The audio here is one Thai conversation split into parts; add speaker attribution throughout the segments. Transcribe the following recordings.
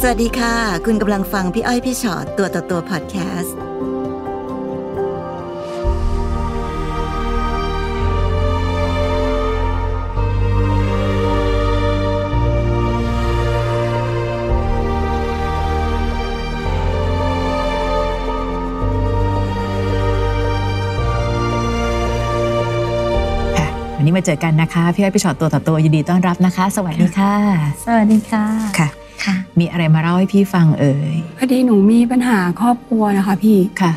Speaker 1: สวัสดีค่ะ คุณกำลังฟังพี่อ้อยพี่ชอตตัวต่อตัวพอดแคสต์
Speaker 2: ค่ะวันนี้มาเจอกันนะคะ พี่อ้อยพี่ชอตตัวต่อตัวยินดีต้อนรับนะคะ สวัสดีค่ะ
Speaker 3: สวัสดีค่ะ
Speaker 2: ค่ะ
Speaker 1: ค่ะ
Speaker 2: มีอะไรมาเล่าให้พี่ฟังเอ่ย
Speaker 3: พอดีหนูมีปัญหาครอบครัวนะคะพี่
Speaker 2: ค่ะ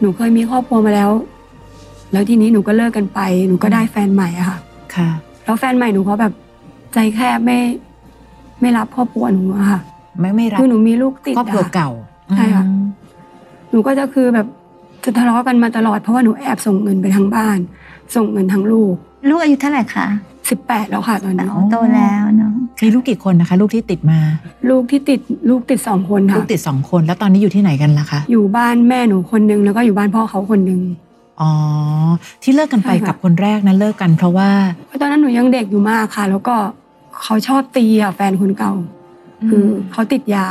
Speaker 3: หนูเคยมีครอบครัวมาแล้ว แล้วทีนี้หนูก็เลิกกันไป หนูก็ได้แฟนใหม่อะค่ะ
Speaker 2: ค่ะ
Speaker 3: แล้วแฟนใหม่หนูเขาแบบใจแคบไม่ ไม่รับครอบครัวหนูอะค่ะ
Speaker 2: ไม่ไม่รับ
Speaker 3: คือหนูมีลูกติด
Speaker 2: ครอบครัว
Speaker 3: ะ
Speaker 2: เก่า
Speaker 3: ใช่ค่ะ
Speaker 2: อืม
Speaker 3: หนูก็จะคือแบบจะทะเลาะกันมาตลอดเพราะว่าหนูแอบส่งเงินไปทางบ้าน ส่งเงินทางลูก
Speaker 4: ลูกอายุเท่าไหร่คะ
Speaker 3: สิบแปดแล้วค่ะตอนนี้
Speaker 4: อ๋อโตแล้วเนาะ
Speaker 2: มีลูกกี่คนนะคะ ลูกที่ติดมา
Speaker 3: ลูกที่ติดลูกติดสองคน
Speaker 2: ลู
Speaker 3: ค่ะ
Speaker 2: กติดสองคนแล้วตอนนี้อยู่ที่ไหนกันล่ะคะ
Speaker 3: อยู่บ้านแม่หนูคนนึงแล้วก็อยู่บ้านพ่อเขาคนนึง
Speaker 2: อ๋อที่เลิกกันไป
Speaker 3: ใช่ค่ะ
Speaker 2: กับคนแรกนั้นเลิกกันเพราะว่า
Speaker 3: เพราะตอนนั้นหนูยังเด็กอยู่มากค่ะ แล้วก็เขาชอบตีอ่ะแฟนคนเก่า คือเขาติดยา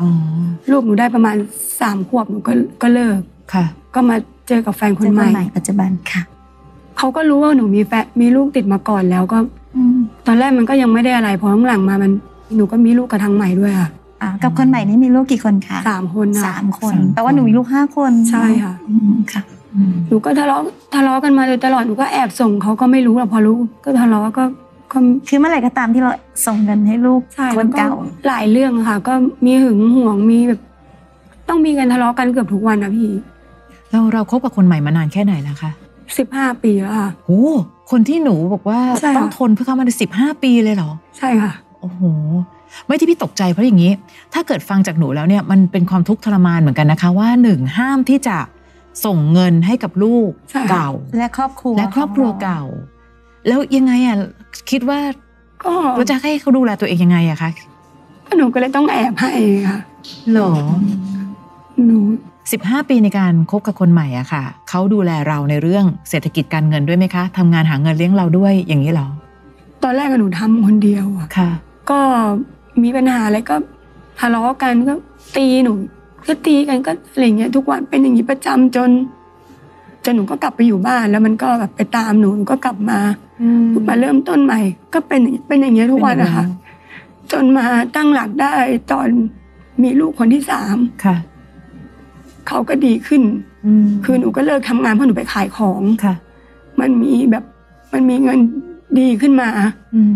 Speaker 2: อ๋อ
Speaker 3: ลูกหนูได้ประมาณสามขวบหนูก็ก็เลิก
Speaker 2: ค่ะ
Speaker 3: ก็มาเจอกับแฟนคน
Speaker 4: เจอ
Speaker 3: ให
Speaker 4: ค
Speaker 3: ม่
Speaker 4: นใหม่ปัจจุบันค่ะ
Speaker 3: เขาก็รู้ว่าหนูมีแฟนมีลูกติดมาก่อนแล้วก็
Speaker 4: อืม
Speaker 3: ตอนแรกมันก็ยังไม่ได้อะไรพอหลังๆมามันหนูก็มีลูกกับทางใหม่ด้วยค่ะ
Speaker 4: อ่ากับคนใหม่นี่มีลูกกี่คนคะ
Speaker 3: สามคนนะ
Speaker 4: สามคน
Speaker 2: สามคน
Speaker 4: แปลว่าหนูมีลูกห้าคน
Speaker 3: ใช่ค่ะ
Speaker 4: อืมค่ะ
Speaker 2: อืม
Speaker 3: หนูก็ทะเลาะทะเลาะกันมาโดยตลอดหนูก็แอบส่งเขาก็ไม่รู้หรอกพอรู้ก็ทะเลาะก็ก็
Speaker 4: คือเมื่อไหร่ก็ตามที่เราส่งเงินให้ลูก
Speaker 3: ใช่
Speaker 4: ค
Speaker 3: แล้ว
Speaker 4: น
Speaker 3: ก็
Speaker 4: เก่า
Speaker 3: หลายเรื่องค่ะ ก็มีหึงหวงมีแบบ ต้องมีกันทะเลาะกันเกือบทุกวันนะพี่
Speaker 2: เราเราคบกับคนใหม่มานานแค่ไหนล่ะคะ
Speaker 3: สิบห้าปีแล้วค่ะ
Speaker 2: โอ้คนที่หนูบอกว่า
Speaker 3: ใช่ค่ะ
Speaker 2: ต้องทนเพื่อเข้ามาในสิบห้าปีเลยเหรอ
Speaker 3: ใช่ค่ะ
Speaker 2: โอ้โห ไม่ที่พี่ตกใจเพราะอย่างนี้ ถ้าเกิดฟังจากหนูแล้วเนี่ยมันเป็นความทุกข์ทรมานเหมือนกันนะคะ ว่าหนึ่งห้ามที่จะส่งเงินให้กับลูก
Speaker 3: ใช่ค่ะ
Speaker 2: เก่า
Speaker 4: และครอบครัว
Speaker 2: และครอบครัวเก่า แล้วยังไงอ่ะคิดว่า
Speaker 3: ก็
Speaker 2: เราจะให้เขาดูแลตัวเองยังไงอะคะ
Speaker 3: ก็หนูก็เลยต้องแอบให้ค่ะ
Speaker 2: หรอ
Speaker 4: อืม
Speaker 3: หนู
Speaker 2: สิบห้าปีในการคบกับคนใหม่อะค่ะเขาดูแลเราในเรื่องเศรษฐกิจการเงินด้วยไหมคะทำงานหาเงินเลี้ยงเราด้วยอย่างนี้เหรอ
Speaker 3: ตอนแรกอะหนูทำคนเดียวอะ
Speaker 2: ค่ะ
Speaker 3: ก็มีปัญหาอะไรก็ทะเลาะกันก็ตีหนูก็ตีกันก็อะไรเงี้ยทุกวันเป็นอย่างนี้ประจำจนจนหนูก็กลับไปอยู่บ้าน แล้วมันก็แบบไปตามหนูหนูก็กลับมามาเริ่มต้นใหม่ ก็เป็นอย่างเป็นอย่างเงี้ยทุกวัน
Speaker 2: เป็นอ
Speaker 3: อะ
Speaker 2: ย่างนั้น
Speaker 3: ค่ะจนมาตั้งหลักได้ตอนมีลูกคนที่สาม
Speaker 2: ค่ะ
Speaker 3: เขาก็ดีขึ้น
Speaker 2: อืม
Speaker 3: คือหนูก็เลิกทำงานเพราะหนูไปขายของ
Speaker 2: ค่ะ
Speaker 3: มันมีแบบมันมีเงินดีขึ้นมา
Speaker 2: อืม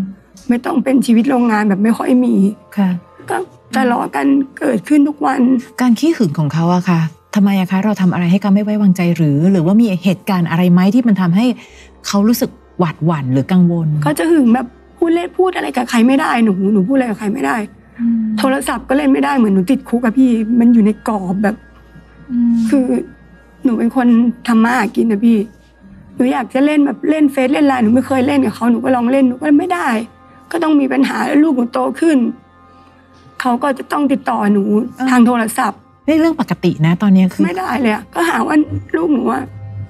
Speaker 3: ไม่ต้องเป็นชีวิตโรงงานแบบไม่ค่อยมี
Speaker 2: ค่ะ
Speaker 3: ก็ทะเลาะกันเกิดขึ้นทุกวัน
Speaker 2: การขี้หึงของเขาอะค่ะทำไมอะคะ เราทำอะไรให้เขาไม่ไว้วางใจหรือ หรือว่ามีเหตุการณ์อะไรไหมที่มันทำให้เขารู้สึกหวาดหวั่นหรือกังวล
Speaker 3: เขาจะหึงแบบพูดเล่นพูดอะไรกับใครไม่ได้หนูหนูพูดอะไรกับใครไม่ได้
Speaker 4: อืม
Speaker 3: โทรศัพท์ก็เล่นไม่ได้เหมือนหนูติดคุกอะพี่ มันอยู่ในกรอบแบบ
Speaker 4: ม
Speaker 3: คือหนูเป็นคนทำมาหากินนะพี่หนูอยากจะเล่นแบบเล่นเฟซเล่นไลน์หนูไม่เคยเล่นกับเขาหนูก็ลองเล่นหนูก็ไม่ได้ ก็ต้องมีปัญหาแล้วลูกหนูโตขึ้นเขาก็จะต้องติดต่อหนูทางโทรศัพท์
Speaker 2: นี่เรื่องปกตินะ ตอนเนี้ยคือ
Speaker 3: ไม่ได้เลยอะก็หาว่าลูกหนูอะ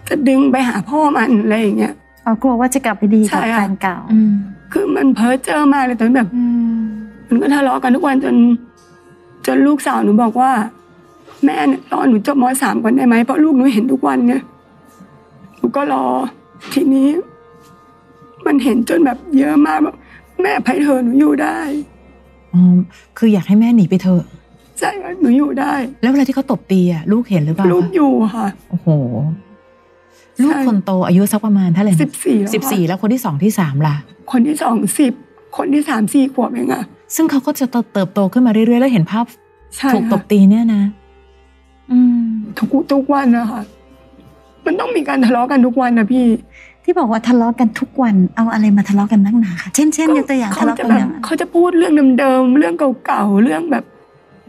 Speaker 3: จะดึงไปหาพ่อมันอะไรอย่างเงี้ย
Speaker 4: อ๋อกลัวว่าจะกลับไปดีกับ
Speaker 3: ใช่ค่ะ
Speaker 4: แฟนเก่า
Speaker 2: อืม
Speaker 3: คือมันเพ้อเจอมากเลยตอนแบบ
Speaker 4: อืม
Speaker 3: มันก็ทะเลาะกันทุกวันจน จนลูกสาวหนูบอกว่า แม่เนี่ยรอหนูจบมสามก่อนได้ไหมเพราะลูกหนูเห็นทุกวันเนี่ยหนูก็รอ ทีนี้ มันเห็นจนแบบเยอะมากแบบแม่ไปเธอะหนูอยู่ได้
Speaker 2: อ๋อคืออยากให้แม่หนีไปเถอะ
Speaker 3: ใช่ค่ะหนูอยู่ได้
Speaker 2: แล้วเวลาที่เขาตบตีอะลูกเห็นหรือเปล่า
Speaker 3: ลูก
Speaker 2: คะ
Speaker 3: อยู่ค่ะ
Speaker 2: โอ้โห ลูกคนโตอายุสักประมาณเท่าไหร่นะ
Speaker 3: สิบสี่แล้ว
Speaker 2: สิบสี่
Speaker 3: ค่ะ
Speaker 2: แล้วคนที่สองที่สามล่ะ
Speaker 3: คนที่สองสิบคนที่สามสี่ขวบเองอะ
Speaker 2: ซึ่งเขาก็จะเติบโตขึ้นมาเรื่อยๆแล้วเห็นภาพ
Speaker 3: ใช่
Speaker 2: ถูกต
Speaker 3: ค่ะ
Speaker 2: บตีเนี่ยนะ
Speaker 4: อืม
Speaker 3: ทุกทุกวันนะคะมันต้องมีการทะเลาะกันทุกวันนะพี่
Speaker 4: ที่บอกว่าทะเลาะกันทุกวันเอาอะไรมาทะเลาะกันนักหนาคะเช่นเช่นยกตัวอย่าง
Speaker 3: เขา
Speaker 4: ทะเลาะ
Speaker 3: จะ
Speaker 4: กัน
Speaker 3: แบบ
Speaker 4: อย่าง
Speaker 3: เขาจะพูดเรื่องเดิมๆ เรื่องเก่าๆ เรื่องแบบ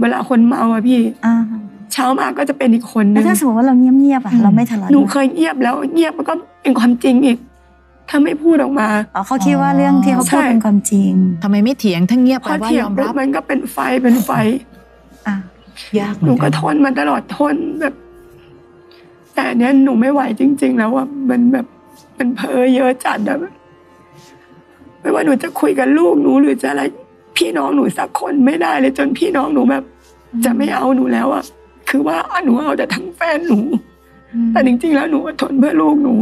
Speaker 3: เวลาคนเมาอะพี่
Speaker 4: อ่า
Speaker 3: เช้ามาก็จะเป็นอีกคนนึ
Speaker 4: แล้ว
Speaker 3: ง
Speaker 4: ถ้าสมมติว่าเราเงียบเงียบๆอ่ะ
Speaker 2: อืม
Speaker 4: เราไม่ทะเลาะ
Speaker 3: หนู
Speaker 4: ด้วย
Speaker 3: เคยเงียบแล้วเงียบมันก็เป็นความจริงอีก ถ้าไม่พูดออกมา
Speaker 4: อ๋อเขาคิดว่าเรื่องที่เขา
Speaker 3: ใช่
Speaker 4: พูดเป็นความจริง
Speaker 2: ทำไมไม่เถียงถ้าเงียบ
Speaker 3: พ
Speaker 2: แปล
Speaker 3: อ
Speaker 2: ว่า
Speaker 3: เถีย
Speaker 2: ย
Speaker 3: ง
Speaker 2: อม
Speaker 3: ปุ๊
Speaker 2: รั
Speaker 3: บบ มันก็เป็นไฟเป็นไฟ
Speaker 4: อ่ะ
Speaker 2: ยาก
Speaker 3: ห
Speaker 2: เหมื
Speaker 3: นู
Speaker 2: อน
Speaker 3: ก็
Speaker 2: กัน
Speaker 3: ทนมาตลอดทนแบบ แต่อันเนี้ยหนูไม่ไหวจริง ๆ แล้วอ่ะมันแบบมันเพ้อเยอะจัดอะแบบไม่ว่าหนูจะคุยกับลูกหนูหรือจะอะไร พี่น้องหนูสักคนไม่ได้เลยจนพี่น้องหนูแบบ จะไม่เอาหนูแล้วอะคือว่าหนูเอาแต่ทั้งแฟนหนู แต่จริงๆแล้วหนูอดทนเพื่อลูกหนู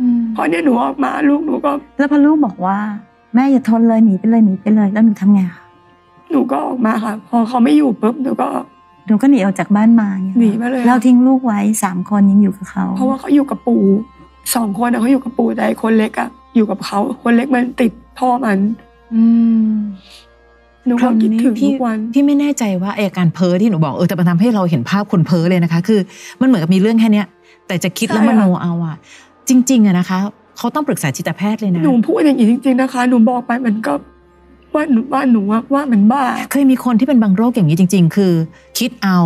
Speaker 4: อืม
Speaker 3: พอเนี่ยหนูออกมาลูกหนูก็
Speaker 4: แล้วพอลูกบอกว่า แม่อย่าทนเลยหนีไปเลยหนีไปเลยแล้วหนูทำไงคะ
Speaker 3: หนูก็ออกมาค่ะ พอเขาไม่อยู่ปุ๊บหนูก็
Speaker 4: หนูก็หนีออกจากบ้านมาเนี่ย
Speaker 3: หนีมาเลยอะ
Speaker 4: เราทิ้งลูกไว้สามคนยังอยู่กับเขา
Speaker 3: เพราะว่าเขาอยู่กับปู่สองคนอะเขาอยู่กับปู่แต่ไอ้คนเล็กอะอยู่กับเขาคนเล็กมันติดพ่อมันหนูก็คิดถึงทุกวัน
Speaker 2: พี่ไม่แน่ใจว่าไออาการเพ้อที่หนูบอกเออแต่มันทำให้เราเห็นภาพคนเพ้อเลยนะคะ คือ มันเหมือนกับมีเรื่องแค่เนี้ย แต่จะคิดแล้ว
Speaker 3: ใช่
Speaker 2: ม
Speaker 3: ค่ะ
Speaker 2: โนเอาอะจริง ๆอะนะคะเขาต้องปรึกษาจิตแพทย์เลยนะ
Speaker 3: หนูพูดอย่างนี้จริง ๆนะคะ หนูบอกไปมันก็ว่าหนูว่าหนูอะว่ามันบ้า
Speaker 2: เคยมีคนที่เป็นบางโรคอย่างนี้จริง ๆ คือ คิดเอา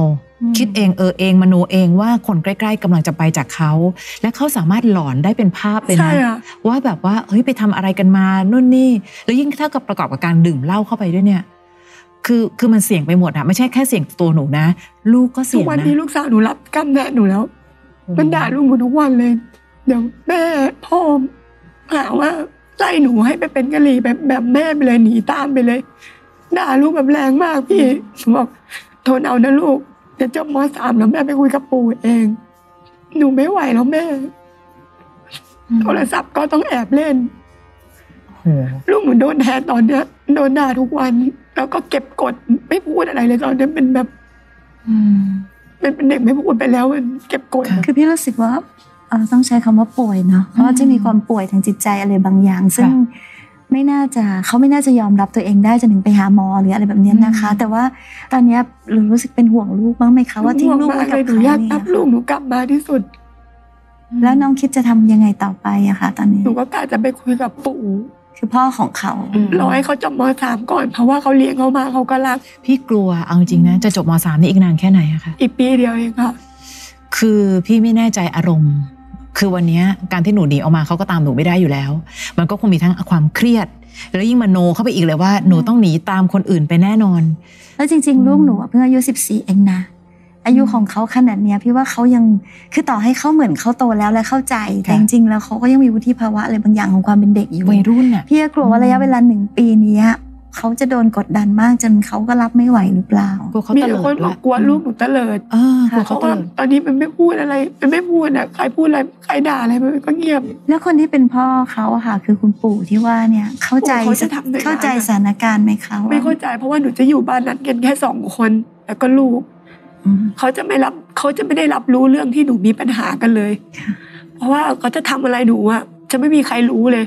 Speaker 4: อืม
Speaker 2: คิดเองเออเองมโนเองว่าคนใกล้ ๆกำลังจะไปจากเขา และเขาสามารถหลอนได้เป็นภาพเลย
Speaker 3: ใช่
Speaker 2: นะ
Speaker 3: อะ
Speaker 2: ว่าแบบว่าเฮ้ยไปทำอะไรกันมานู่นนี่ แล้วยิ่งถ้ากับประกอบกับการดื่มเหล้าเข้าไปด้วยเนี่ย คือคือมันเสี่ยงไปหมดอะไม่ใช่แค่เสี่ยงตัวหนูนะ ลูกก็
Speaker 3: ทุ
Speaker 2: เสี่ย
Speaker 3: ก
Speaker 2: ง
Speaker 3: วัน
Speaker 2: นะ
Speaker 3: นี้ลูกสาวหนูรับกรรมแน่หนูแล้ว มันด่าลูกหนูทุกวันเลย เดี๋ยวแม่พ่อหาว่าไล่หนูให้ไปเป็นกะหรี่แบบแบบแม่ไปเลยหนีตามไปเลย ด่าลูกแบบแรงมากพี่หนูบอกทนเอานะลูกเดี๋ยวจบมสามแล้วแม่ไปคุยกับปู่เอง หนูไม่ไหวแล้วแม่
Speaker 2: อืม
Speaker 3: โทรศัพท์ก็ต้องแอบเล่น
Speaker 2: โอ้โห
Speaker 3: ลูกหนูโดนแทนตอนเนี้ยโดนด่าทุกวัน แล้วก็เก็บกดไม่พูดอะไรเลยตอนเนี้ยเป็นแบบ
Speaker 2: อืม
Speaker 3: เป็นเป็นเด็กไม่พูดไปแล้วมันเก็บกด
Speaker 2: ค่ะ
Speaker 4: คือพี่รู้สึกว่าเอ่อต้องใช้คำว่าป่วยเนาะเพราะว่าจะมีความป่วยทางจิตใจอะไรบางอย่าง ซึ่งไม่น่าจะเขาไม่น่าจะยอมรับตัวเองได้จนถึงไปหาหมอหรืออะไรแบบเนี้ยนะคะ แต่ว่าตอนเนี้ยรู้สึกเป็นห่วงลูกบ้างไหมคะว่าทิ้งลูกไว้กับ
Speaker 3: หนู
Speaker 4: เขา
Speaker 3: อ
Speaker 4: เนี่ย
Speaker 3: ยากรับลูกหนูกลับมาที่สุด
Speaker 4: แล้วน้องคิดจะทำยังไงต่อไปอะคะตอนนี้
Speaker 3: หนูก็กะจะไปคุยกับปู่
Speaker 4: คือพ่อของเขา
Speaker 2: อืม
Speaker 3: รอให้เขาจบมสามก่อน เพราะว่าเขาเลี้ยงเขามาเขาก็รัก
Speaker 2: พี่กลัวเอาจริงนะ จะจบมสามนี่อีกนานแค่ไหนอะคะ
Speaker 3: อีกปีเดียวเองค่ะ
Speaker 2: คือพี่ไม่แน่ใจอารมณ์ คือวันเนี้ยการที่หนูหนีออกมาเขาก็ตามหนูไม่ได้อยู่แล้ว มันก็คงมีทั้งความเครียด แล้วยิ่งมโนเข้าไปอีกเลยว่าหนูต้องหนีตามคนอื่นไปแน่นอน
Speaker 4: แล้วจริง
Speaker 2: อืม
Speaker 4: ๆ ลูกหนูอะเพิ่งอายุ14เองนะอายุของเขาขนาดเนี้ยพี่ว่าเขายังคือต่อให้เขาเหมือนเขาโตแล้วและเข้าใจแต่จริงๆแล้วเขาก็ยังมีวุฒิภาวะอะไรบางอย่างของความเป็นเด็กอยู่
Speaker 2: วัยรุ่นอะ
Speaker 4: พี่ก็กลัวว่าระยะเวลาหนึ่งปีเนี้ยเขาจะโดนกดดันมากจนเขาก็รับไม่ไหวหรือเปล่า
Speaker 2: กลัวเขา
Speaker 3: มี
Speaker 2: ตะ
Speaker 3: แต่
Speaker 2: เลิด
Speaker 3: คนบ
Speaker 2: ด้ว
Speaker 3: อก
Speaker 2: ย
Speaker 3: กลัวลูกหนูตะเลิด
Speaker 2: เออกลัว
Speaker 3: เพ
Speaker 2: เขา
Speaker 3: ราะ
Speaker 2: ตะ
Speaker 3: ว่า
Speaker 2: เลิด
Speaker 3: ตอนนี้มันไม่พูดอะไร มันไม่พูดอ่ะใครพูดอะไรใครด่าอะไรมันก็เงียบ
Speaker 4: แล้วคนที่เป็นพ่อเขาอะค่ะคือคุณปู่ที่ว่าเนี่ยเข้าใจ
Speaker 3: ปู่เขาจะทำด้วยนะ
Speaker 4: เข้าใจสถานการณ์ไหมคะว่
Speaker 3: ไม่เข้าใจเพราะว่าหนูจะอยู่บ้านนั้นกันแค่สองคน แล้วก็ลูก
Speaker 4: อืม
Speaker 3: เขาจะไม่รับเขาจะไม่ได้รับรู้เรื่องที่หนูมีปัญหากันเลย
Speaker 4: ค่ะ
Speaker 3: เพราะว่าเขาจะทำอะไรหนูอะจะไม่มีใครรู้เลย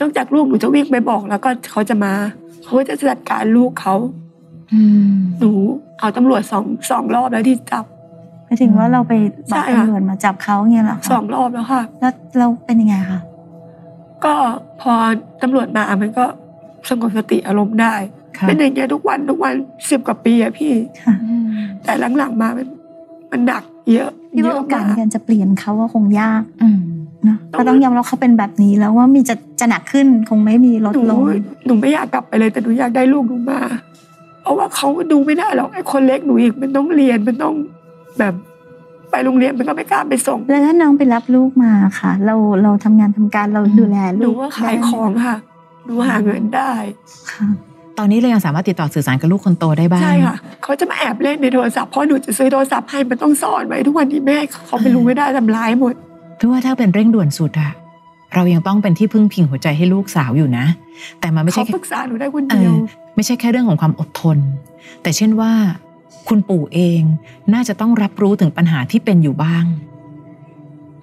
Speaker 3: นอกจากลูกหนูจะวิ่งไปบอกแล้วก็เขาจะมาเขาก็จะจัดการลูกเขา หนูเอาตำรวจสองสองรอบแล้วที่จับ
Speaker 4: หมายถึงว่าเราไปบอก
Speaker 3: ใช่ค่ะ
Speaker 4: ตำรวจมาจับเขาเงี้ยเหรอ
Speaker 3: สอ
Speaker 4: คะ
Speaker 3: งรอบแล้วค่ะ
Speaker 4: แล้วเราเป็นยังไงคะ
Speaker 3: ก็พอตำรวจมามันก็สงบสติอารมณ์ได้ เป็นอย่างเงี้ยทุกวันทุกวันสิบกว่าปีอะพี่
Speaker 4: ค่ะ
Speaker 3: แต่หลังๆมามันมันหนักเยอะ
Speaker 4: พี่
Speaker 3: เย
Speaker 4: ว่า
Speaker 3: อะ
Speaker 4: โอกาส
Speaker 3: มาก
Speaker 4: ในการจะเปลี่ยนเขาว่าคงยากเนอะก็ต้องยอมรับเขาเป็นแบบนี้แล้วว่ามีจะจะหนักขึ้นคงไม่มีลด
Speaker 3: หนู
Speaker 4: ลง
Speaker 3: หนูไม่อยากกลับไปเลยแต่หนูอยากได้ลูกหนูมา เพราะว่าเขาดูไม่ได้หรอกไอ้คนเล็กหนูอีกมันต้องเรียนมันต้องแบบ ไปโรงเรียนมันก็ไม่กล้าไปส่ง
Speaker 4: แล้วถ้าน้องไปรับลูกมาค่ะ เราเราทำงานทำการเราดูแล
Speaker 3: ห
Speaker 4: ลู
Speaker 3: นู
Speaker 4: ก
Speaker 3: ว่าขาย
Speaker 4: ได้ไหม
Speaker 3: ของค่ะหนูหาเงินได้
Speaker 4: ค่ะ
Speaker 2: ตอนนี้เรายังสามารถติดต่อสื่อสารกับลูกคนโตได้บ้าง
Speaker 3: ใช่ค่ะเขาจะมาแอบเล่นในโทรศัพท์เพราะหนูจะซื้อโทรศัพท์ให้มันต้องซ่อนไว้ทุกวันนี้แม่ให้เขาไม่รู้ไม่ได้ทำร้ายหมด
Speaker 2: พี่ว่าถ้าเป็นเร่งด่วนสุดอะเรายังต้องเป็นที่พึ่งพิงหัวใจให้ลูกสาวอยู่นะ แต่มันไม่
Speaker 3: เขา
Speaker 2: ใช่แค่
Speaker 3: ปรึกษาหนูได้คน
Speaker 2: เอ
Speaker 3: เดียว
Speaker 2: อไม่ใช่แค่เรื่องของความอดทน แต่เช่นว่า คุณปู่เองน่าจะต้องรับรู้ถึงปัญหาที่เป็นอยู่บ้าง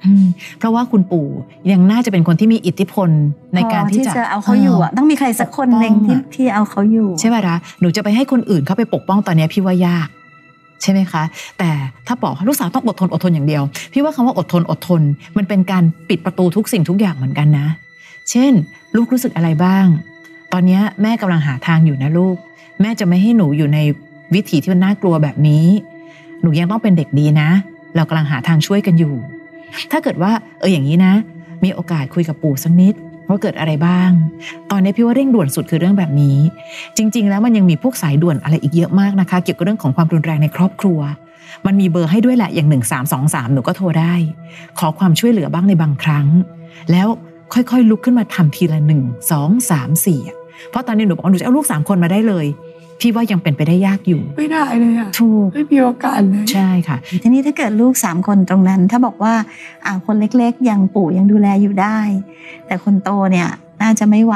Speaker 2: อืมเพราะว่าคุณปู่ยังน่าจะเป็นคนที่มีอิทธิพลในการที่
Speaker 4: พ
Speaker 2: จะ
Speaker 4: อเอาเขาอยู่อ่ะต้องมีใครสักคนหนึ่งที่ที่เอาเขาอยู่
Speaker 2: ใช่ป่ะละหนูจะไปให้คนอื่นเข้าไปปกป้องตอนเนี้ยพี่ว่ายาก ใช่ไหมคะ แต่ถ้าบอกว่าลูกสาวต้องอดทนอดทนอย่างเดียว พี่ว่าคำว่าอดทนอดทน มันเป็นการปิดประตูทุกสิ่งทุกอย่างเหมือนกันนะ เช่น ลูกรู้สึกอะไรบ้าง ตอนเนี้ยแม่กำลังหาทางอยู่นะลูก แม่จะไม่ให้หนูอยู่ในวิถีที่มันน่ากลัวแบบนี้ หนูยังต้องเป็นเด็กดีนะ เรากำลังหาทางช่วยกันอยู่ ถ้าเกิดว่าเอออย่างนี้นะ มีโอกาสคุยกับปู่สักนิดว่าเกิดอะไรบ้าง ตอนนี้พี่ว่าเร่งด่วนสุดคือเรื่องแบบนี้ จริง ๆ แล้วมันยังมีพวกสายด่วนอะไรอีกเยอะมากนะคะ เกี่ยวกับเรื่องของความรุนแรงในครอบครัว มันมีเบอร์ให้ด้วยแหละอย่าง 1 3 2 3 หนูก็โทรได้ ขอความช่วยเหลือบ้างในบางครั้ง แล้วค่อยๆ ลุกขึ้นมาทำทีละ 1 2 3 4อะ เพราะตอนนี้หนูบอกว่าหนูจะเอาลูกสามคนมาได้เลย พี่ว่ายังเป็นไปได้ยากอยู่
Speaker 3: ไม่ได้เลยอ่ะ
Speaker 4: ถูก
Speaker 3: ไม่มีโอกาสเลย
Speaker 2: ใช่ค่ะ
Speaker 4: ทีนี้ถ้าเกิดลูก 3 คนตรงนั้น ถ้าบอกว่าอ่าคนเล็กๆยังปู่ยังดูแลอยู่ได้ แต่คนโตเนี่ยน่าจะไม่ไหว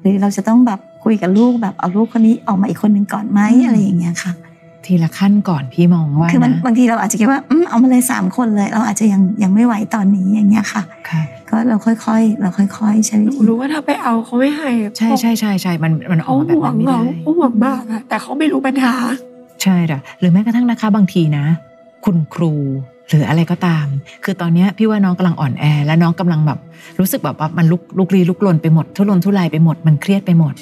Speaker 4: หรือเราจะต้องแบบคุยกับลูกแบบเอาลูกคนนี้ออกมาอีกคนหนึ่งก่อนไหม
Speaker 2: อืม
Speaker 4: อะไรอย่างเงี้ยค่ะ
Speaker 2: ทีละขั้นก่อนพี่มองว่า
Speaker 4: คือมัน
Speaker 2: นะ
Speaker 4: บางทีเราอาจจะคิดว่าอืมเอามาเลย 3 คนเลย เราอาจจะยังยังไม่ไหวตอนนี้อย่างเงี้ยค่ะ
Speaker 2: ค่ะ
Speaker 4: ก็เราค่อยๆ เราค่อยๆ ใช้
Speaker 3: ห
Speaker 4: วิ
Speaker 3: นู
Speaker 4: ธี
Speaker 3: รู้ว่าถ้าไปเอาเขาไม่ให้อะ
Speaker 2: ใช่ใช่ใช่ใช่มันมันออ
Speaker 3: เขา
Speaker 2: กมาแบบ
Speaker 3: ห่ว
Speaker 2: นั้
Speaker 3: ง
Speaker 2: นไม่
Speaker 3: เรา
Speaker 2: ได้
Speaker 3: เขาห่วงมากอะแต่เขาไม่รู้ปัญหา
Speaker 2: ใช่ค่ะหรือแม้กระทั่งนะคะบางทีนะ คุณครูหรืออะไรก็ตาม คือตอนเนี้ยพี่ว่าน้องกำลังอ่อนแอ และน้องกำลังแบบรู้สึกแบบว่ามันลุกลุกลี้ลุกลนไปหมด ทุรนทุรายไปหมดมันเครียดไปหมด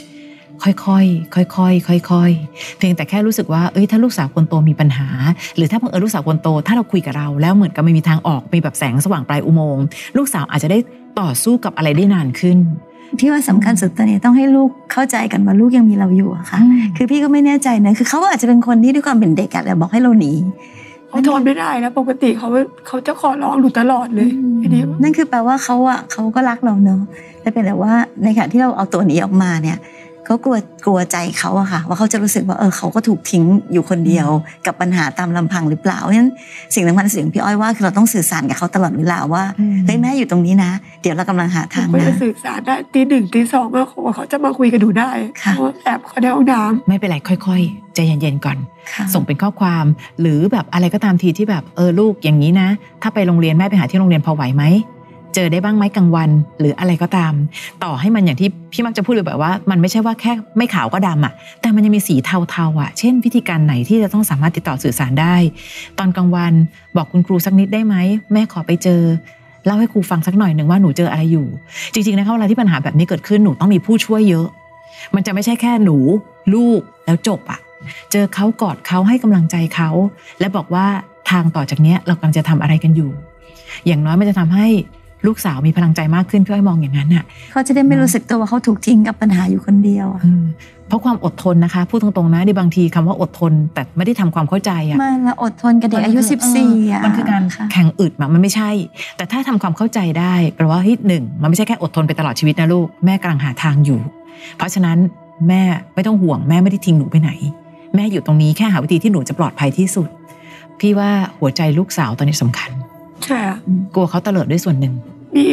Speaker 2: ค่อยๆค่อยๆค่อยๆเพียงแต่แค่รู้สึกว่าเอ้ยถ้าลูกสาวคนโตมีปัญหา หรือถ้าบังเอิญลูกสาวคนโต ถ้าเราคุยกับเราแล้วเหมือนกับไม่มีทางออกมีแบบแสงสว่างปลายอุโมงค์ลูกสาวอาจจะได้ต่อสู้กับอะไรได้นานขึ้น
Speaker 4: พี่ว่าสำคัญสุดตอนนี้ต้องให้ลูกเข้าใจกันว่าลูกยังมีเราอยู่อะค่ะ คือพี่ก็ไม่แน่ใจนะ คือเขาอาจจะเป็นคนที่ด้วยความเป็นเด็กอะเลยบอกให้เราหนี
Speaker 3: เขาทนไม่ได้นะปกติเขาเขาจะขอร้องหนูตลอดเลย
Speaker 4: อืม
Speaker 3: ไอ้นี่
Speaker 4: นั่นคือแปลว่าเขาอะเขาก็รักเราเนอะแต่เป็นแต่ว่าในขณะที่เราเอาตัวหนีออกมาเนี่ยเขากลัวกลัวใจเขาอะค่ะ ว่าเขาจะรู้สึกว่าเออเขาก็ถูกทิ้งอยู่คนเดียว กับปัญหาตามลำพังหรือเปล่าเพราะฉะนั้นสิ่งสำคัญที่สุดอย่างพี่อ้อยว่าคือเราต้องสื่อสารกับเขาตลอดเวลาว่าเฮ้ยแม่อยู่ตรงนี้นะ เดี๋ยวเรากำลังหาทาง
Speaker 3: หนูก็
Speaker 4: นะ
Speaker 3: จะสื่อสารได้ตีหนึ่งตีสองก็เขาจะมาคุยกับหนูได้
Speaker 4: ค่ะ
Speaker 3: เพราว่าแอบเขาในห้องน้ำ
Speaker 2: ไม่เป็นไรค่อยๆใจเย็นๆก่อน
Speaker 4: ค่ะ
Speaker 2: ส่งเป็นข้อความหรือแบบอะไรก็ตามทีที่แบบเออลูกอย่างนี้นะ ถ้าไปโรงเรียนแม่ไปหาที่โรงเรียนพอไหวไหมเจอได้บ้างไหมกลางวัน หรืออะไรก็ตาม ต่อให้มันอย่างที่พี่มักจะพูดเลยแบบว่า มันไม่ใช่ว่าแค่ไม่ขาวก็ดำอะแต่มันยังมีสีเทาๆอะเช่นวิธีการไหนที่จะต้องสามารถติดต่อสื่อสารได้ ตอนกลางวันบอกคุณครูสักนิดได้ไหมแม่ขอไปเจอเล่าให้ครูฟังสักหน่อยหนึ่งว่าหนูเจออะไรอยู่ จริงๆนะคะเวลาที่ปัญหาแบบนี้เกิดขึ้นหนูต้องมีผู้ช่วยเยอะ มันจะไม่ใช่แค่หนู ลูกแล้วจบอะ เจอเขากอดเขาให้กำลังใจเขา และบอกว่าทางต่อจากเนี้ยเรากำลังจะทำอะไรกันอยู่ อย่างน้อยมันจะทำให้ลูกสาวมีพลังใจมากขึ้นพี่อ้อยมองอย่างนั้นน่ะ
Speaker 4: เขาจะได้ไม่รู้สึกตัวว่าเขาถูกทิ้งกับปัญหาอยู่คนเดียวอะ
Speaker 2: เออเพราะความอดทนนะคะพูดตรงๆนะในบางทีคำว่าอดทน แต่ไม่ได้ทำความเข้าใจอ่ะ
Speaker 4: มาละอดทนกับเด็กอายุ
Speaker 2: มันคื
Speaker 4: 14อะ
Speaker 2: มันคือการ
Speaker 4: ค่ะ
Speaker 2: แข่งอึดมามันไม่ใช่ แต่ถ้าทำความเข้าใจได้แปลว่าเฮ้ยหนึ่งมันไม่ใช่แค่อดทนไปตลอดชีวิตนะลูกแม่กำลังหาทางอยู่ เพราะฉะนั้นแม่ไม่ต้องห่วงแม่ไม่ได้ทิ้งหนูไปไหน แม่อยู่ตรงนี้แค่หาวิธีที่หนูจะปลอดภัยที่สุด พี่ว่าหัวใจลูกสาวตอนนี้สำคัญ
Speaker 3: ใช่อะ
Speaker 2: กลัวเขาเตลิดด้วยส่วนหนึ่ง
Speaker 3: มี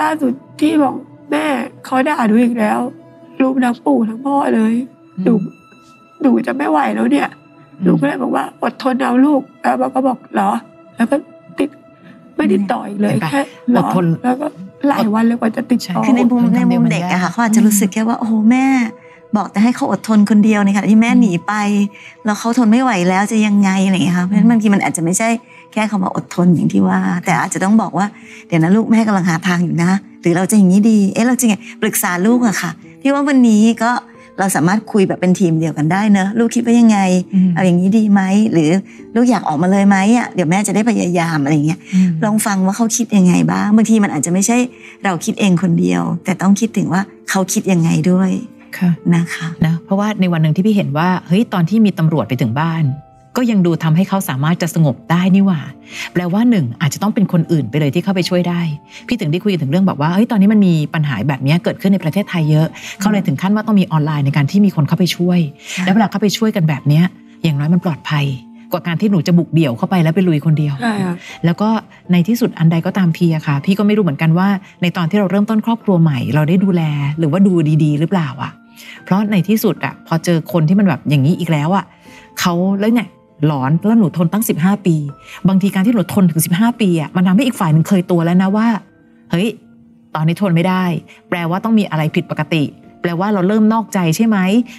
Speaker 3: ล่าสุดที่บอกแม่เขาด่าหนูอีกแล้วรูปทั้งปู่ทั้งพ่อเลยหนูหนูจะไม่ไหวแล้วเนี่ยหนูก็เลยบอกว่าอดทนเอาลูกแล้วมันก็บอกเหรอ แล้วก็ติดไม่ติดต่ออีกเลย
Speaker 2: เห็นปะ
Speaker 3: แค่เหร
Speaker 2: อดทน
Speaker 3: แล้วก็หลายวันเลยกว่าจะติดต่อ
Speaker 2: ใช่
Speaker 4: คือในมุม
Speaker 2: อดทน
Speaker 4: ใน
Speaker 2: คำเดี
Speaker 4: มุ
Speaker 2: ยว
Speaker 4: ม
Speaker 2: มัน
Speaker 4: เด็กอะค่ะ
Speaker 2: ยาก
Speaker 4: เขาอาจจะรู้สึกแค่ว่าโอ้โหแม่บอกแต่ให้เขาอดทนคนเดียวในขณะที่แม่หนีไป แล้วเขาทนไม่ไหวแล้วจะยังไงอะไรอย่างเงี้ยค่ะเพราะฉะนั้นบางทีมันอาจจะไม่ใช่แค่คำว่าอดทนอย่างที่ว่า แต่อาจจะต้องบอกว่าเดี๋ยวนะลูกแม่กำลังหาทางอยู่นะ หรือเราจะอย่างนี้ดีเอ๊ะเราจะไงปรึกษาลูกอะค่ะพี่ว่าวันนี้ก็เราสามารถคุยแบบเป็นทีมเดียวกันได้เนอะลูกคิดว่ายังไง
Speaker 2: อืม
Speaker 4: เอาอย่างนี้ดีไหมหรือลูกอยากออกมาเลยไหมอะเดี๋ยวแม่จะได้พยายามอะไรอย่างเงี้ย
Speaker 2: ม
Speaker 4: ลองฟังว่าเขาคิดยังไงบ้างบางทีมันอาจจะไม่ใช่เราคิดเองคนเดียว แต่ต้องคิดถึงว่าเขาคิดยังไงด้วยนะคะ
Speaker 2: นะเพราะว่าในวันหนึ่งที่พี่เห็นว่าเฮ้ยตอนที่มีตำรวจไปถึงบ้าน ก็ยังดูทำให้เขาสามารถจะสงบได้นี่หว่า แปลว่าหนึ่งอาจจะต้องเป็นคนอื่นไปเลยที่เข้าไปช่วยได้ พี่ถึงได้คุยกันถึงเรื่องแบบว่าเฮ้ยตอนนี้มันมีปัญหาแบบเนี้ยเกิดขึ้นในประเทศไทยเยอะ เขาเลยถึงขั้นว่าต้องมีออนไลน์ในการที่มีคนเข้าไปช่วย
Speaker 4: ค่ะ
Speaker 2: แล้วเวลาเข้าไปช่วยกันแบบเนี้ยอย่างน้อยมันปลอดภัย กว่าการที่หนูจะบุกเดี่ยวเข้าไปแล้วไปลุยคนเดียว
Speaker 3: ใช่ค่ะ
Speaker 2: แล้วก็ในที่สุดอันใดก็ตามทีอะค่ะ พี่ก็ไม่รู้เหมือนกันว่า ในตอนที่เราเริ่มต้นครอบครัวใหม่ เราได้ดูแลหรือว่าดูดีๆ หรือเปล่าอะเพราะในที่สุดอะพอเจอคนที่มันแบบอย่างนี้อีกแล้วอะเขาแล้วเนี่ยหลอนแล้วหนูทนตั้ง 15 ปี บางทีการที่หนูทนถึง 15 ปีอะมันทำให้อีกฝ่ายหนึ่งเคยตัวแล้วนะว่า เฮ้ย ตอนนี้ทนไม่ได้ แปลว่าต้องมีอะไรผิดปกติ แปลว่าเราเริ่มนอกใจใช่ไหม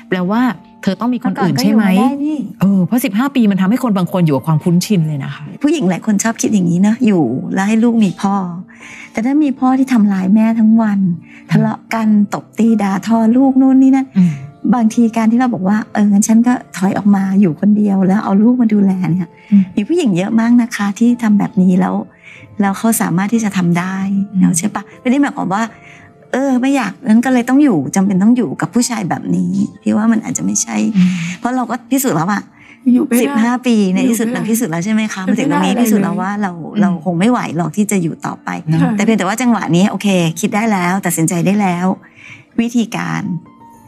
Speaker 2: แปลว่าเธอต้องมีคนอื่นใช่ไหม
Speaker 4: เอก่อนก็อยู่าด้นี่
Speaker 2: เออเพราะ 15 ปีมันทำให้คนบางคนอยู่กับความคุ้นชินเลยนะคะ
Speaker 4: ผู้หญิงหลายคนชอบคิดอย่างนี้นะอยู่แล้วให้ลูกมีพ่อ แต่ถ้ามีพ่อที่ทำร้ายแม่ทั้งวัน ทะเลาะกันตบตีด่าทอลูกนู่นนี่นั่น
Speaker 2: อืม
Speaker 4: บางทีการที่เราบอกว่าเอองั้นฉันก็ถอยออกมาอยู่คนเดียวแล้วเอาลูกมาดูแลเนี่ย
Speaker 2: อืม
Speaker 4: มีผู้หญิงเยอะมากนะคะที่ทำแบบนี้แล้ว แล้วเขาสามารถที่จะทำได้เนาะใช่ปะไม่ได้หมายความว่า เออ ไม่อยากนั้นก็เลยต้องอยู่จำเป็นต้องอยู่กับผู้ชายแบบนี้พี่ว่ามันอาจจะไม่ใช่ เพราะเราก็พิสูจน์แล้วอะ
Speaker 3: อยู่ไม่
Speaker 4: สิบ
Speaker 3: ได้
Speaker 4: ห้าปีในที่สุด
Speaker 3: อยู่ไม่
Speaker 4: เรา
Speaker 3: ได้
Speaker 4: พิสูจน์แล้วใช่ไหมคะมาถึงตรงนี้
Speaker 3: ไม่ได้เลย
Speaker 4: พิสูจน์แล้วว่าเราเราคงไม่ไหวหรอกที่จะอยู่ต่อไป
Speaker 2: เนอะ
Speaker 4: แต่เพียงแต่ว่าจังหวะนี้โอเค คิดได้แล้วตัดสินใจได้แล้ว วิธีการ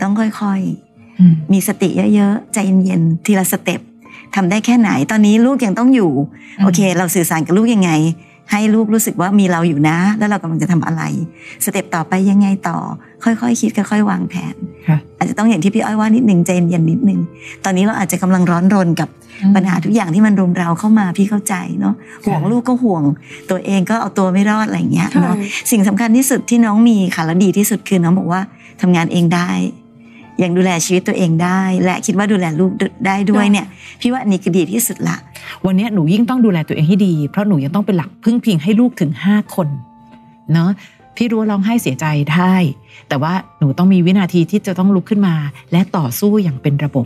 Speaker 4: ต้องค่อย
Speaker 2: อืม
Speaker 4: ๆ มีสติเยอะๆ ใจเย็นๆ ทีละสเต็ปทำได้แค่ไหน ตอนนี้ลูกยังต้องอยู่
Speaker 2: อืม
Speaker 4: โอเค เราสื่อสารกับลูกยังไง ให้ลูกรู้สึกว่ามีเราอยู่นะ แล้วเรากำลังจะทำอะไร สเต็ปต่อไปยังไงต่อ ค่อยๆ คิดค่อยๆ วางแผน
Speaker 2: ค่ะ
Speaker 4: อาจจะต้องอย่างที่พี่อ้อยว่านิดหนึ่งใจเย็นๆนิดหนึ่งตอนนี้เราอาจจะกำลังร้อนรนกับ ปัญหาทุกอย่างที่มันรุมเราเข้ามาพี่เข้าใจเนาะห่วงลูกก็ห่วง ตัวเองก็เอาตัวไม่รอดอะไรอย่างเงี้ย
Speaker 3: ใช่
Speaker 4: เนาะสิ่งสำคัญที่สุดที่น้องมีค่ะและดีที่สุดคือน้องบอกว่าทำงานเองได้ ยังดูแลชีวิตตัวเองได้ และคิดว่าดูแลลูกได้ด้วยเนี่ย พี่ว่าอันนี้คือดีที่สุดละ
Speaker 2: วันเนี้ยหนูยิ่งต้องดูแลตัวเองให้ดี เพราะหนูยังต้องเป็นหลักพึ่งพิงให้ลูกถึงห้าคนเนาะพี่รู้ว่าร้องไห้เสียใจได้ แต่ว่าหนูต้องมีวินาทีที่จะต้องลุกขึ้นมา และต่อสู้อย่างเป็นระบบ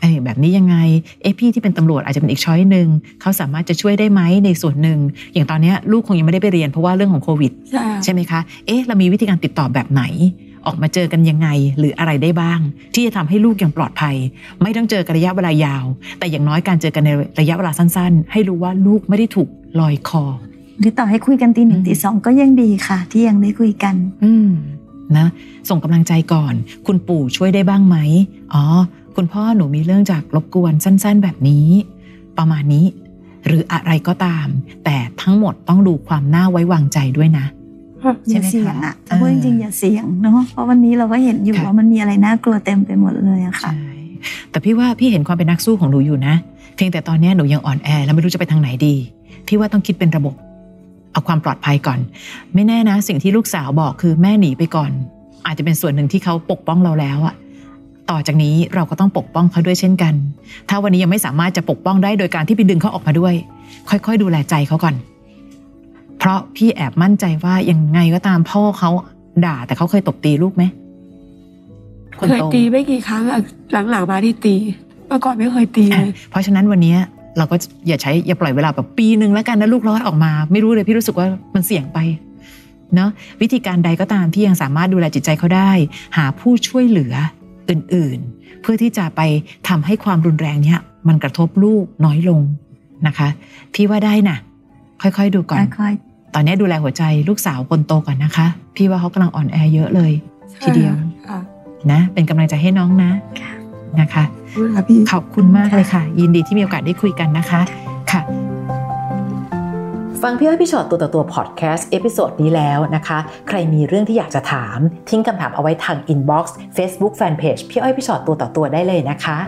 Speaker 2: เอ้ยแบบนี้ยังไงเอ้พี่ที่เป็นตำรวจอาจจะเป็นอีกช้อยหนึ่งเขาสามารถจะช่วยได้ไหมในส่วนหนึ่งอย่างตอนเนี้ยลูกคงยังไม่ได้ไปเรียนเพราะว่าเรื่องของโควิด
Speaker 3: ใช่
Speaker 2: ใช่ไหมคะ เอ๊ะ เรามีวิธีการติดต่อแบบไหน ออกมาเจอกันยังไง หรืออะไรได้บ้าง ที่จะทำให้ลูกยังปลอดภัย ไม่ต้องเจอกันระยะเวลายาว แต่อย่างน้อยการเจอกันในระยะเวลาสั้นๆ ให้รู้ว่าลูกไม่ได้ถูกลอยคอ
Speaker 4: หรือต่อให้คุยกันตีหนึ่ง
Speaker 2: อืม
Speaker 4: ตีสองก็ยังดีค่ะ ที่ยังได้คุยกัน
Speaker 2: อืมนะส่งกำลังใจก่อน คุณปู่ช่วยได้บ้างไหมอ๋อ คุณพ่อหนูมีเรื่องจากรบกวนสั้นๆ แบบนี้ ประมาณนี้ หรืออะไรก็ตาม แต่ทั้งหมดต้องดูความน่าไว้วางใจด้วยนะ
Speaker 4: อ
Speaker 2: ใช่
Speaker 4: ย่า
Speaker 2: ไหมคะ
Speaker 4: เสี่ยงอะ
Speaker 2: เออ
Speaker 4: พูดจริงๆอย่าเสี่ยงเนาะเพราะวันนี้เราก็เห็นอยู่
Speaker 2: ค่ะ
Speaker 4: ว่ามันมีอะไรน่ากลัวเต็มไปหมดเลยอะค่ะ
Speaker 2: ใช่แต่พี่ว่าพี่เห็นความเป็นนักสู้ของหนูอยู่นะ เพียงแต่ตอนเนี้ยหนูยังอ่อนแอแล้วไม่รู้จะไปทางไหนดี พี่ว่าต้องคิดเป็นระบบ เอาความปลอดภัยก่อน ไม่แน่นะ สิ่งที่ลูกสาวบอกคือแม่หนีไปก่อน อาจจะเป็นส่วนหนึ่งที่เขาปกป้องเราแล้วอะต่อจากนี้เราก็ต้องปกป้องเขาด้วยเช่นกัน ถ้าวันนี้ยังไม่สามารถจะปกป้องได้โดยการที่ไปดึงเขาออกมาด้วย ค่อยๆ ดูแลใจเขาก่อน เพราะพี่แอบมั่นใจว่ายังไงก็ตามพ่อเขาด่า แต่เขาเคยตบตีลูกไหมน
Speaker 3: เคย
Speaker 2: โต
Speaker 3: ตีไม่กี่ครั้งอะหลังๆมาที่ตีเมื่อก่อนไม่เคยตีเลย
Speaker 2: เพราะฉะนั้นวันเนี้ยเราก็อย่าใช้อย่าปล่อยเวลาแบบปีหนึ่งแล้วกันนะลูกรอดออกมา ไม่รู้เลยพี่รู้สึกว่ามันเสี่ยงไปเนาะวิธีการใดก็ตามที่ยังสามารถดูแลจิตใจเขาได้ หาผู้ช่วยเหลืออื่นๆ เพื่อที่จะไปทำให้ความรุนแรงเนี้ยมันกระทบลูกน้อยลงนะคะ พี่ว่าได้นะค่อยๆดูก่อน
Speaker 4: ค่อย
Speaker 2: ตอนเนี้ยดูแลหัวใจลูกสาวคนโตก่อนนะคะ พี่ว่าเขากำลังอ่อนแอเยอะเลย ทีเดียว
Speaker 3: ค่ะ
Speaker 2: นะ เป็นกำลังใจให้น้องนะนะคะ
Speaker 3: พูดค่ะพี่
Speaker 2: ขอบคุณมากเลยค่ะ ยินดีที่มีโอกาสได้คุยกันนะคะค่ะ
Speaker 5: ฟังพี่อ้อยพี่ชอตตัวต่อตัวพอดแคสต์เอพิโซดนี้แล้วนะคะ ใครมีเรื่องที่อยากจะถาม ทิ้งคำถามเอาไว้ทางอินบ็อกซ์เฟซบุ๊กแฟนเพจพี่อ้อยพี่ชอตตัวต่อตัวได้เลยนะคะ